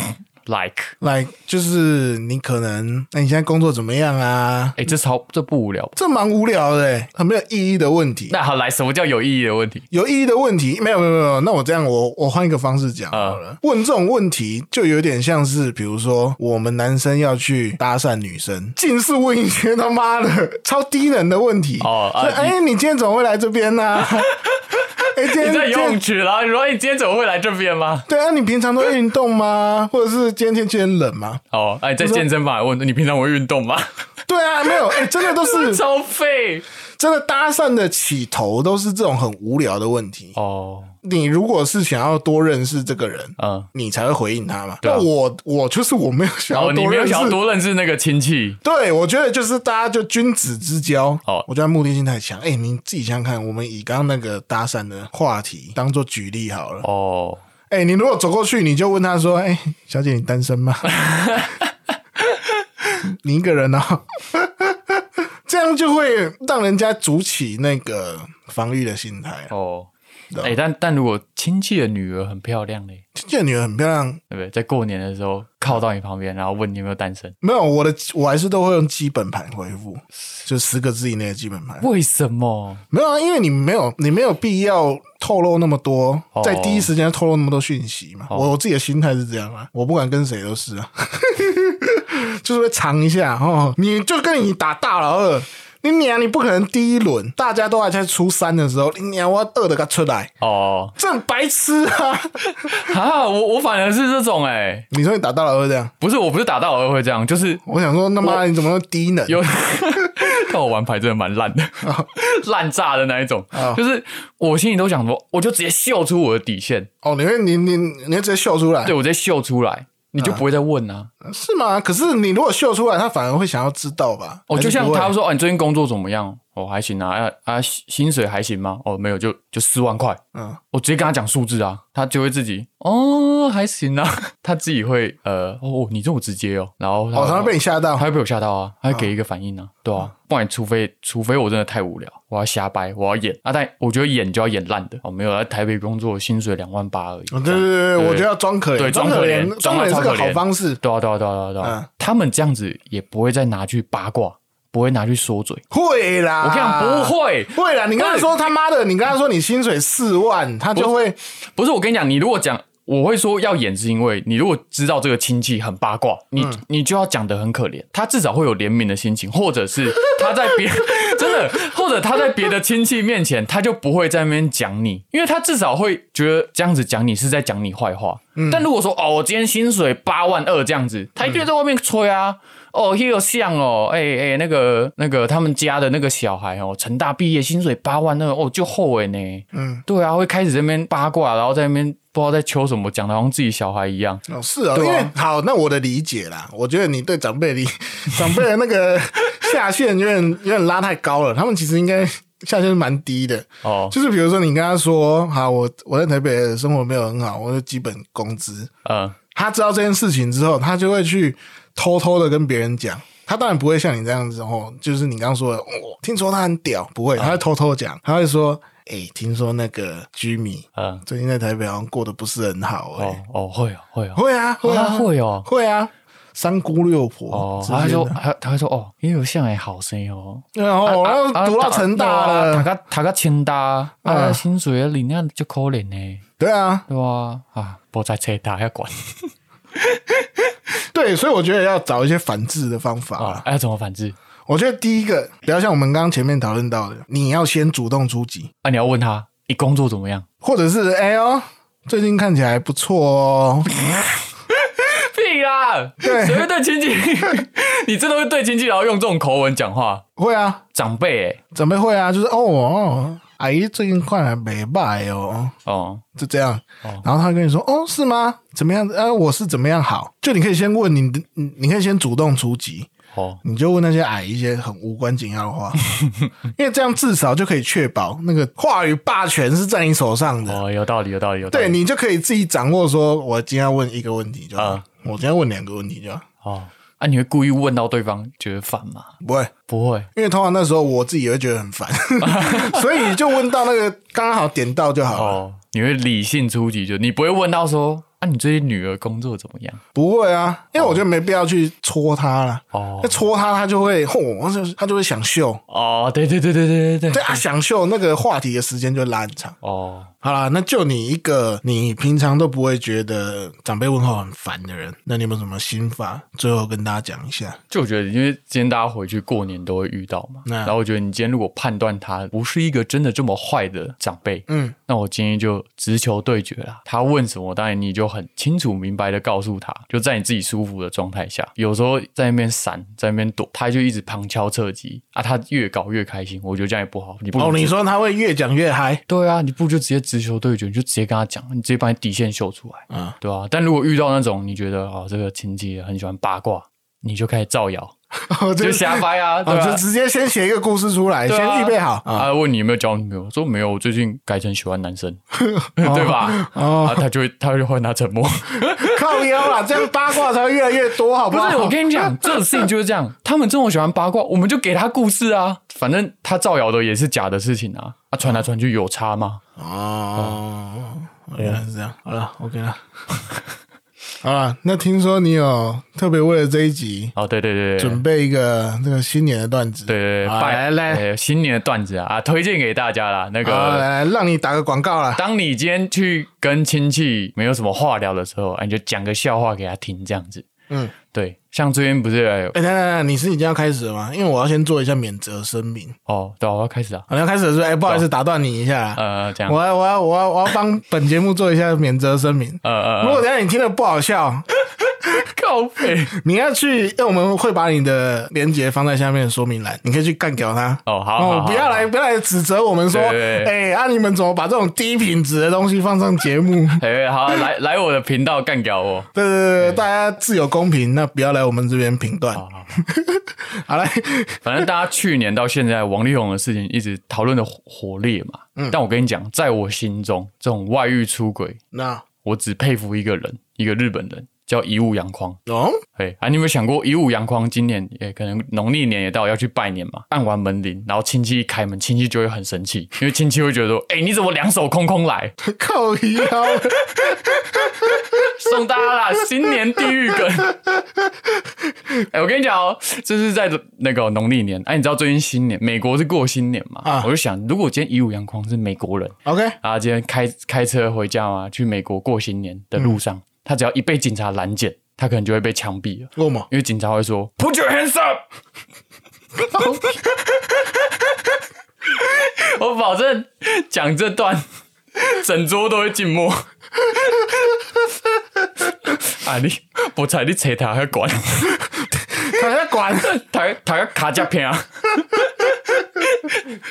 Speaker 2: ，like，
Speaker 1: 来，就是你可能，哎那、你现在工作怎么样啊？
Speaker 2: 哎、这超这不无聊吧。
Speaker 1: 这蛮无聊的、欸，很没有意义的问题。
Speaker 2: 那好，来，什么叫有意义的问题？
Speaker 1: 有意义的问题，没有没有没有。那我这样，我我换一个方式讲好
Speaker 2: 啊
Speaker 1: 了。问这种问题，就有点像是，比如说我们男生要去搭讪女生，尽是问一些他妈的超低能的问题。
Speaker 2: 哦啊
Speaker 1: 说哎、你今天怎么会来这边呢、
Speaker 2: <laughs>
Speaker 1: 哎、今
Speaker 2: 你
Speaker 1: 天
Speaker 2: 在
Speaker 1: 今
Speaker 2: 游泳
Speaker 1: 天
Speaker 2: 池啦，你说你今天怎么会来这边吗？
Speaker 1: 对啊，你平常都运动吗？或者是今天天气很冷吗？
Speaker 2: 哦，哎、你在健身房还问你平常会运动吗？ <laughs>
Speaker 1: 对啊，没有，哎、真的都是
Speaker 2: 超废，
Speaker 1: 真的搭讪的起头都是这种很无聊的问题。
Speaker 2: 哦，
Speaker 1: 你如果是想要多认识这个人，
Speaker 2: 嗯，
Speaker 1: 你才会回应他嘛。
Speaker 2: 对啊
Speaker 1: 那我我就是我没有想
Speaker 2: 哦，
Speaker 1: 要
Speaker 2: 你
Speaker 1: 多
Speaker 2: 没有
Speaker 1: 认识，
Speaker 2: 想要多认识那个亲戚，
Speaker 1: 对我觉得就是大家就君子之交。
Speaker 2: 哦
Speaker 1: 我觉得目的性太强。哎、你自己想想看，我们以刚刚那个搭讪的话题当做举例好了。
Speaker 2: 哦，
Speaker 1: 哎、你如果走过去，你就问他说：“哎、小姐，你单身吗？” <laughs> 你一个人哦， <laughs> 这样就会让人家筑起那个防御的心态。
Speaker 2: 哦，
Speaker 1: 对啊
Speaker 2: 哎、但但如果亲戚的女儿很漂亮嘞，
Speaker 1: 这个女人很漂亮，
Speaker 2: 对不对？在过年的时候靠到你旁边，然后问你有没有单身，
Speaker 1: 没有我的，我还是都会用基本盘回复，就十个字以内的基本盘。
Speaker 2: 为什么？
Speaker 1: 没有啊，因为你没有，你没有必要透露那么多，
Speaker 2: 哦
Speaker 1: 在第一时间透露那么多讯息嘛。
Speaker 2: 哦
Speaker 1: 我我自己的心态是这样啊，我不管跟谁都是啊， <laughs> 就是会藏一下哦。你就跟你打大老二，你娘，你不可能第一轮大家都还在初三的时候，你娘我要饿的他出来，
Speaker 2: 哦，
Speaker 1: 这很白痴啊！ <laughs>
Speaker 2: 哈，我我反而是这种哎、
Speaker 1: 你说你打大老二这样，
Speaker 2: 不是，我不是打到我会这样，就是
Speaker 1: 我想说他妈你怎么那么低能？
Speaker 2: 有， <laughs> 但我玩牌真的蛮烂的，烂炸的那一种，就是我心里都想说，我就直接秀出我的底线，
Speaker 1: 哦，你会你你你会直接秀出来
Speaker 2: 对，我直接秀出来，你就不会再问啊。
Speaker 1: 是吗？可是你如果秀出来，他反而会想要知道吧？
Speaker 2: 哦，
Speaker 1: 还
Speaker 2: 就是像
Speaker 1: 不会
Speaker 2: 他说，哦，你最近工作怎么样？哦，还行啊，啊啊，薪薪水还行吗？哦，没有，就就四万块。
Speaker 1: 嗯，
Speaker 2: 我直接跟他讲数字啊，他就会自己哦，还行啊， <laughs> 他自己会呃，哦，你这么直接哦，然后
Speaker 1: 哦，他会被你嗯吓到
Speaker 2: 他。会被我吓到啊，他会给一个反应啊，对啊，不然除非除非我真的太无聊，我要瞎掰，我要演啊，但我觉得演就要演烂的哦，没有，在台北工作薪水两万八而已，
Speaker 1: 哦对对对，对我觉得要装可怜，
Speaker 2: 对
Speaker 1: 装
Speaker 2: 装可
Speaker 1: 怜
Speaker 2: 怜，
Speaker 1: 装可
Speaker 2: 装
Speaker 1: 怜
Speaker 2: 到
Speaker 1: 是个
Speaker 2: 超可
Speaker 1: 好
Speaker 2: 怜
Speaker 1: 方式，
Speaker 2: 对啊对啊对啊对啊对
Speaker 1: 嗯
Speaker 2: 啊，他们这样子也不会再拿去八卦，不会拿去说嘴，
Speaker 1: 会啦，
Speaker 2: 我跟你讲不会，
Speaker 1: 会啦，你跟他说他妈的，你跟他说你薪水四万，他就会
Speaker 2: 不是我跟你讲，你如果讲。我会说要演，是因为你如果知道这个亲戚很八卦，你、你就要讲的很可怜，他至少会有怜悯的心情，或者是他在别 <laughs> 真的，或者他在别的亲戚面前，他就不会在那边讲你，因为他至少会觉得这样子讲你是在讲你坏话。但如果说哦，我今天薪水八万二这样子，他一定在外面吹啊。哦，也有像哦，哎、哎、那个那个他们家的那个小孩哦，成大毕业，薪水八万二，哦，就后悔呢。对啊，会开始这边八卦，然后在那边不知道在求什么，讲的好像自己小孩一样。
Speaker 1: 哦是哦，因
Speaker 2: 对啊
Speaker 1: 为好，那我的理解啦，我觉得你对长辈的理 <laughs> 长辈的那个 <laughs> 下限有点有点拉太高了，他们其实应该下限是蛮低的，
Speaker 2: 哦，
Speaker 1: 就是比如说你跟他说，好，我我在台北的生活没有很好，我的基本工资，
Speaker 2: 嗯，
Speaker 1: 他知道这件事情之后，他就会去偷偷的跟别人讲。他当然不会像你这样子哦，就是你刚刚说的，哦，听说他很屌，不
Speaker 2: 啊
Speaker 1: 会，他会偷偷讲，他会说，哎、听说那个居米
Speaker 2: 嗯，
Speaker 1: 最近在台北好像过得不是很好、哎、
Speaker 2: 哦哦，会哦，会哦，
Speaker 1: 会啊，会啊，
Speaker 2: 啊会哦
Speaker 1: 会啊，三姑六婆
Speaker 2: 哦，
Speaker 1: 之
Speaker 2: 然后他
Speaker 1: 间的
Speaker 2: 就他他会说哦，也有像哎好声哦。啊
Speaker 1: 然后我要读到成大
Speaker 2: 他
Speaker 1: 了，
Speaker 2: 个他个清大，啊，薪水领那就可怜呢，
Speaker 1: 对啊，
Speaker 2: 对吧？啊，不在车大要管
Speaker 1: 对，所以我觉得要找一些反制的方法
Speaker 2: 啊
Speaker 1: 啦，。
Speaker 2: 哎要怎么反制？
Speaker 1: 我觉得第一个，不要像我们刚刚前面讨论到的，你要先主动出击，
Speaker 2: 啊，你要问他你工作怎么样？
Speaker 1: 或者是哎呦，最近看起来不错哦。
Speaker 2: <laughs>
Speaker 1: <laughs>
Speaker 2: 屁啦，
Speaker 1: 对
Speaker 2: 谁会对亲戚？ <laughs> 你真的会对亲戚然后用这种口吻讲话？
Speaker 1: 会啊，
Speaker 2: 长辈哎，
Speaker 1: 长辈会啊，就是哦哦，阿姨最近看起来没败哦，
Speaker 2: 哦，
Speaker 1: 就这样。
Speaker 2: 哦
Speaker 1: 然后他会跟你说哦，是吗？怎么样？呃，我是怎么样好？就你可以先问你，你你可以先主动出击，
Speaker 2: 哦，
Speaker 1: 你就问那些阿姨一些很无关紧要的
Speaker 2: <laughs>
Speaker 1: 话，因为这样至少就可以确保那个话语霸权是在你手上的。
Speaker 2: 哦，有道理，有道理，有道理。
Speaker 1: 对你就可以自己掌握，说我今天要问一个问题就好，
Speaker 2: 嗯
Speaker 1: 我今天要问两个问题就好，
Speaker 2: 哦，啊，你会故意问到对方觉得烦吗？
Speaker 1: 不会，
Speaker 2: 不会，
Speaker 1: 因为通常那时候我自己也会觉得很烦， <laughs> 所以就问到那个刚刚好点到就好了。
Speaker 2: 哦，你会理性出击，就你不会问到说，啊，你最近女儿工作怎么样？
Speaker 1: 不会啊，因为我觉得没必要去戳他啦。
Speaker 2: 哦
Speaker 1: 那戳他，他就会吼，就是他就会想秀。
Speaker 2: 哦，对对对对对对
Speaker 1: 对
Speaker 2: 对，
Speaker 1: 啊，想秀那个话题的时间就拉很长。
Speaker 2: 哦，
Speaker 1: 好啦，那就你一个你平常都不会觉得长辈问候很烦的人，那你有没有什么心法？最后跟大家讲一下。
Speaker 2: 就我觉得，因为今天大家回去过年都会遇到嘛，
Speaker 1: 嗯
Speaker 2: 然后我觉得你今天如果判断他不是一个真的这么坏的长辈，
Speaker 1: 嗯，
Speaker 2: 那我建议就直球对决啦。他问什么，当然你就很清楚明白的告诉他，就在你自己舒服的状态下，有时候在那边闪，在那边躲，他就一直旁敲侧击啊，他越搞越开心，我觉得这样也不好。你不如
Speaker 1: 哦，
Speaker 2: 就
Speaker 1: 你说他会越讲越嗨
Speaker 2: 对啊，你不如就直接直球对决，你就直接跟他讲，你直接把你底线秀出来，
Speaker 1: 啊？
Speaker 2: 对啊。但如果遇到那种你觉得哦这个亲戚很喜欢八卦，你就开始造谣，
Speaker 1: 我
Speaker 2: <laughs> 就瞎掰啊，对
Speaker 1: 啊，
Speaker 2: 啊
Speaker 1: 就。直接先写一个故事出来，
Speaker 2: 对啊
Speaker 1: 先预备好啊。
Speaker 2: 他问你有没有交女朋友，我说没有，我最近改成喜欢男 <laughs> 生，对吧？
Speaker 1: 哦，
Speaker 2: 啊，他就会他就换他沉默。
Speaker 1: 靠腰啦，这样八卦才会越来越多，好
Speaker 2: 不
Speaker 1: 好？
Speaker 2: <laughs> 是，我跟你讲，这种事情就是这样。他们这么喜欢八卦，我们就给他故事啊。反正他造谣的也是假的事情啊，啊，传来传去有差吗？
Speaker 1: 哦，原来是这样。好了，OK 了。好了，那听说你有特别为了这一集
Speaker 2: 哦，对对对对
Speaker 1: 准备一个这个新年的段子，
Speaker 2: 对对，
Speaker 1: 好
Speaker 2: 拜
Speaker 1: 来来
Speaker 2: 哎新年的段子啊，啊，推荐给大家啦。那
Speaker 1: 好，
Speaker 2: 个，
Speaker 1: 来让你打个广告啦。
Speaker 2: 当你今天去跟亲戚没有什么话聊的时候，啊，你就讲个笑话给他听，这样子。
Speaker 1: 嗯，
Speaker 2: 对，像最近不是有
Speaker 1: 哎，等等等，你是已经要开始了吗？因为我要先做一下免责声明。
Speaker 2: 哦，对啊，我要开始啊，
Speaker 1: 好，你要开始的时候，哎，不好意思，打断你一下啦。
Speaker 2: 呃，这样，
Speaker 1: 我要我要我要我要帮本节目做一下免责声明。
Speaker 2: 呃呃
Speaker 1: <laughs> 如
Speaker 2: 呃，
Speaker 1: 果等一下你听的不好笑，
Speaker 2: 靠背。
Speaker 1: 你要去，因为我们会把你的链接放在下面的说明栏，你可以去干掉它。
Speaker 2: 哦，好好
Speaker 1: 哦，
Speaker 2: 好，
Speaker 1: 不要来，不要来指责我们说，
Speaker 2: 对对
Speaker 1: 哎，啊，你们怎么把这种低品质的东西放上节
Speaker 2: <laughs>
Speaker 1: 目？
Speaker 2: 哎，好，来来我的频道干掉我。
Speaker 1: 对对对对，大家自有公平，那不要来我们这边评断。
Speaker 2: 好好好
Speaker 1: <laughs> 好嘞，
Speaker 2: 反正大家去年到现在，王力宏的事情一直讨论的火烈嘛。
Speaker 1: 嗯
Speaker 2: 但我跟你讲，在我心中，这种外遇出轨，
Speaker 1: 那
Speaker 2: 我只佩服一个人，一个日本人，叫一物阳光。
Speaker 1: 哦，
Speaker 2: 哎，啊，你有没有想过，一物阳光今年也可能农历年也到，要去拜年嘛？按完门铃，然后亲戚一开门，亲戚就会很生气，因为亲戚会觉得说，哎、你怎么两手空空来？
Speaker 1: 靠腰，
Speaker 2: 送大家啦，新年地狱梗。哎、我跟你讲哦，这是在那个农历年。哎、你知道最近新年，美国是过新年嘛？
Speaker 1: 啊
Speaker 2: 我就想，如果今天一五阳光是美国人，
Speaker 1: OK，
Speaker 2: 啊，今天开开车回家嘛，去美国过新年的路上，他只要一被警察拦截，他可能就会被枪毙了，
Speaker 1: 过吗？
Speaker 2: 因为警察会说 “Put your hands up”。我保证讲这段，整桌都会静默。 <laughs> 啊，你不才你扯他还管，
Speaker 1: 大家
Speaker 2: <laughs>
Speaker 1: 管。
Speaker 2: 他他要卡夹片啊！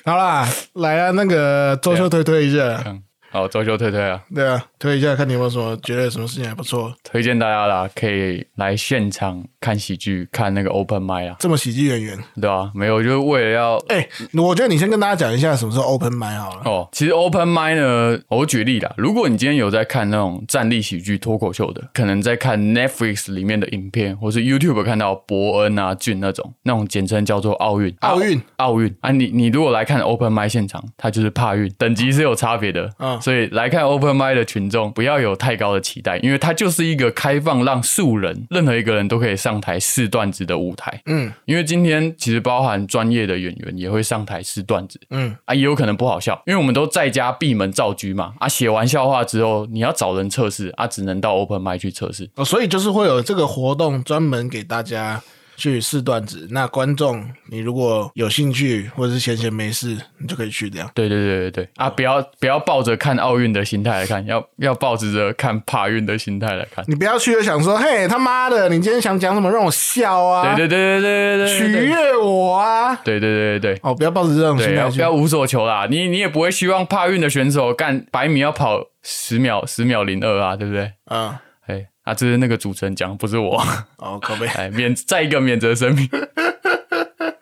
Speaker 1: 好啦，来啊，那个周秀推推一下，
Speaker 2: 嗯，好，周秀推推啊，
Speaker 1: 对啊，推一下，看你有没有什么觉得什么事情还不错，
Speaker 2: 推荐大家啦，可以来现场看喜剧，看那个 open mic 啊，
Speaker 1: 这么喜剧演员。
Speaker 2: 对啊，没有，就是为了要
Speaker 1: 哎、我觉得你先跟大家讲一下什么是 open mic 好了。
Speaker 2: 哦，其实 open mic 呢，我举例啦，如果你今天有在看那种站立喜剧、脱口秀的，可能在看 Netflix 里面的影片，或是 YouTube 看到伯恩啊、俊那种，那种简称叫做奥运。
Speaker 1: 奥运
Speaker 2: 啊、奥运啊，你你如果来看 open mic 现场，它就是帕运，等级是有差别的。
Speaker 1: 嗯
Speaker 2: 所以来看 open mic 的群众不要有太高的期待，因为它就是一个开放让素人任何一个人都可以上台试段子的舞台。
Speaker 1: 嗯
Speaker 2: 因为今天其实包含专业的演员也会上台试段子，
Speaker 1: 嗯，
Speaker 2: 啊，也有可能不好笑，因为我们都在家闭门造车嘛。啊，写完笑话之后，你要找人测试啊，只能到 open mic 去测试。
Speaker 1: 哦，所以就是会有这个活动专门给大家去试段子。那观众，你如果有兴趣或者是闲闲没事，你就可以去这样。
Speaker 2: 对对对对对
Speaker 1: 哦
Speaker 2: 啊！不要不要抱着看奥运的心态来看，要要抱着着看帕运的心态来看。
Speaker 1: 你不要去就想说，嘿，他妈的，你今天想讲什么让我笑 <laughs> 啊？
Speaker 2: 对对对对对对
Speaker 1: 取
Speaker 2: 对对
Speaker 1: 悦我啊！
Speaker 2: 对对对对对。
Speaker 1: 哦，不要抱着这种心
Speaker 2: 对，
Speaker 1: 态
Speaker 2: 要不
Speaker 1: 去。
Speaker 2: 要无所求啦？你你也不会希望帕运的选手干百米要跑十秒十秒零二啊，对不对？
Speaker 1: 嗯，
Speaker 2: 哎，啊，这是那个主持人讲，不是我。 <laughs>
Speaker 1: 哦，靠背。 <laughs>
Speaker 2: 哎，免再一个免责声明。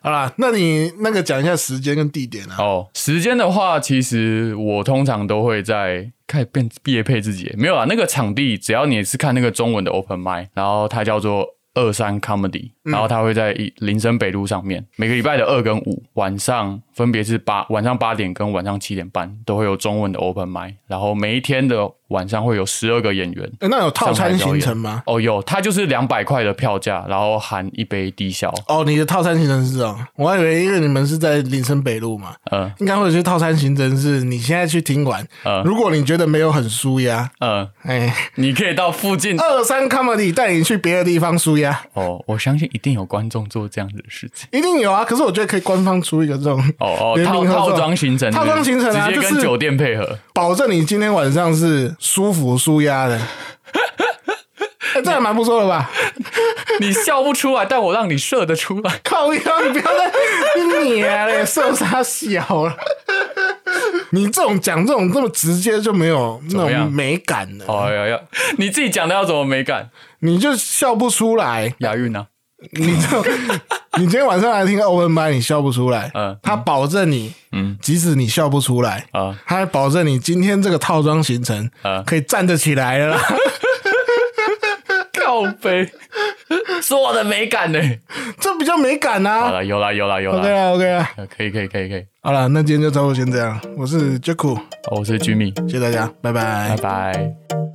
Speaker 1: 好啦，那你那个讲一下时间跟地点啊。
Speaker 2: 哦，时间的话，其实我通常都会在开始变毕业配自己，没有啦，那个场地，只要你是看那个中文的 open mic，然后它叫做二三 comedy，然后它会在一林森北路上面，每个礼拜的二跟五晚上分别是八晚上八点跟晚上七点半都会有中文的 open mic，然后每一天的晚上会有十二个演员。
Speaker 1: 诶那有套餐行程吗？
Speaker 2: 哦，有，它就是两百块的票价，然后含一杯低消。
Speaker 1: 哦，你的套餐行程是这样，我还以为因为你们是在林森北路嘛，
Speaker 2: 嗯
Speaker 1: 应该会有些套餐行程是你现在去听完，
Speaker 2: 嗯
Speaker 1: 如果你觉得没有很舒压，
Speaker 2: 嗯，
Speaker 1: 哎，
Speaker 2: 你可以到附近
Speaker 1: 二三 comedy 带你去别的地方舒压，
Speaker 2: 哦，我相信一定有观众做这样子的事情。
Speaker 1: 一定有啊。可是我觉得可以官方出一个这种，
Speaker 2: 哦哦，
Speaker 1: 联名合
Speaker 2: 套
Speaker 1: 作
Speaker 2: 套装行程是不是，
Speaker 1: 套装行程啊
Speaker 2: 直接
Speaker 1: 就
Speaker 2: 跟
Speaker 1: 是
Speaker 2: 酒店配合。 <laughs>
Speaker 1: 保证你今天晚上是舒服舒压的。哎这还蛮不错的吧？
Speaker 2: <laughs> 你笑不出来，但我让你射得出来。
Speaker 1: 靠腰，你不要再你娘嘞，受啥小了？你这种讲这种这么直接就没有那
Speaker 2: 么样
Speaker 1: 种美感了，
Speaker 2: 哎呀呀，你自己讲的要怎么美感？
Speaker 1: 你就笑不出来。
Speaker 2: 押韵啊，
Speaker 1: 你就 <laughs> 你今天晚上来听 Open m 你笑不出来。
Speaker 2: 嗯
Speaker 1: 他保证你，
Speaker 2: 嗯
Speaker 1: 即使你笑不出来，
Speaker 2: 啊
Speaker 1: 他还保证你今天这个套装行程
Speaker 2: 啊，
Speaker 1: 可以站得起来了啦。
Speaker 2: <laughs> 靠背，是我的美感呢。
Speaker 1: 这比较美感
Speaker 2: 好
Speaker 1: 啊。
Speaker 2: 了，有啦有啦有
Speaker 1: OK
Speaker 2: 啦，
Speaker 1: 啦，OK 啦，
Speaker 2: 呃可以可以可以可以。
Speaker 1: 好了，那今天就差不多先这样。我是 Jaco，
Speaker 2: 我是 Jimmy，
Speaker 1: 谢谢大家，拜拜
Speaker 2: 拜拜。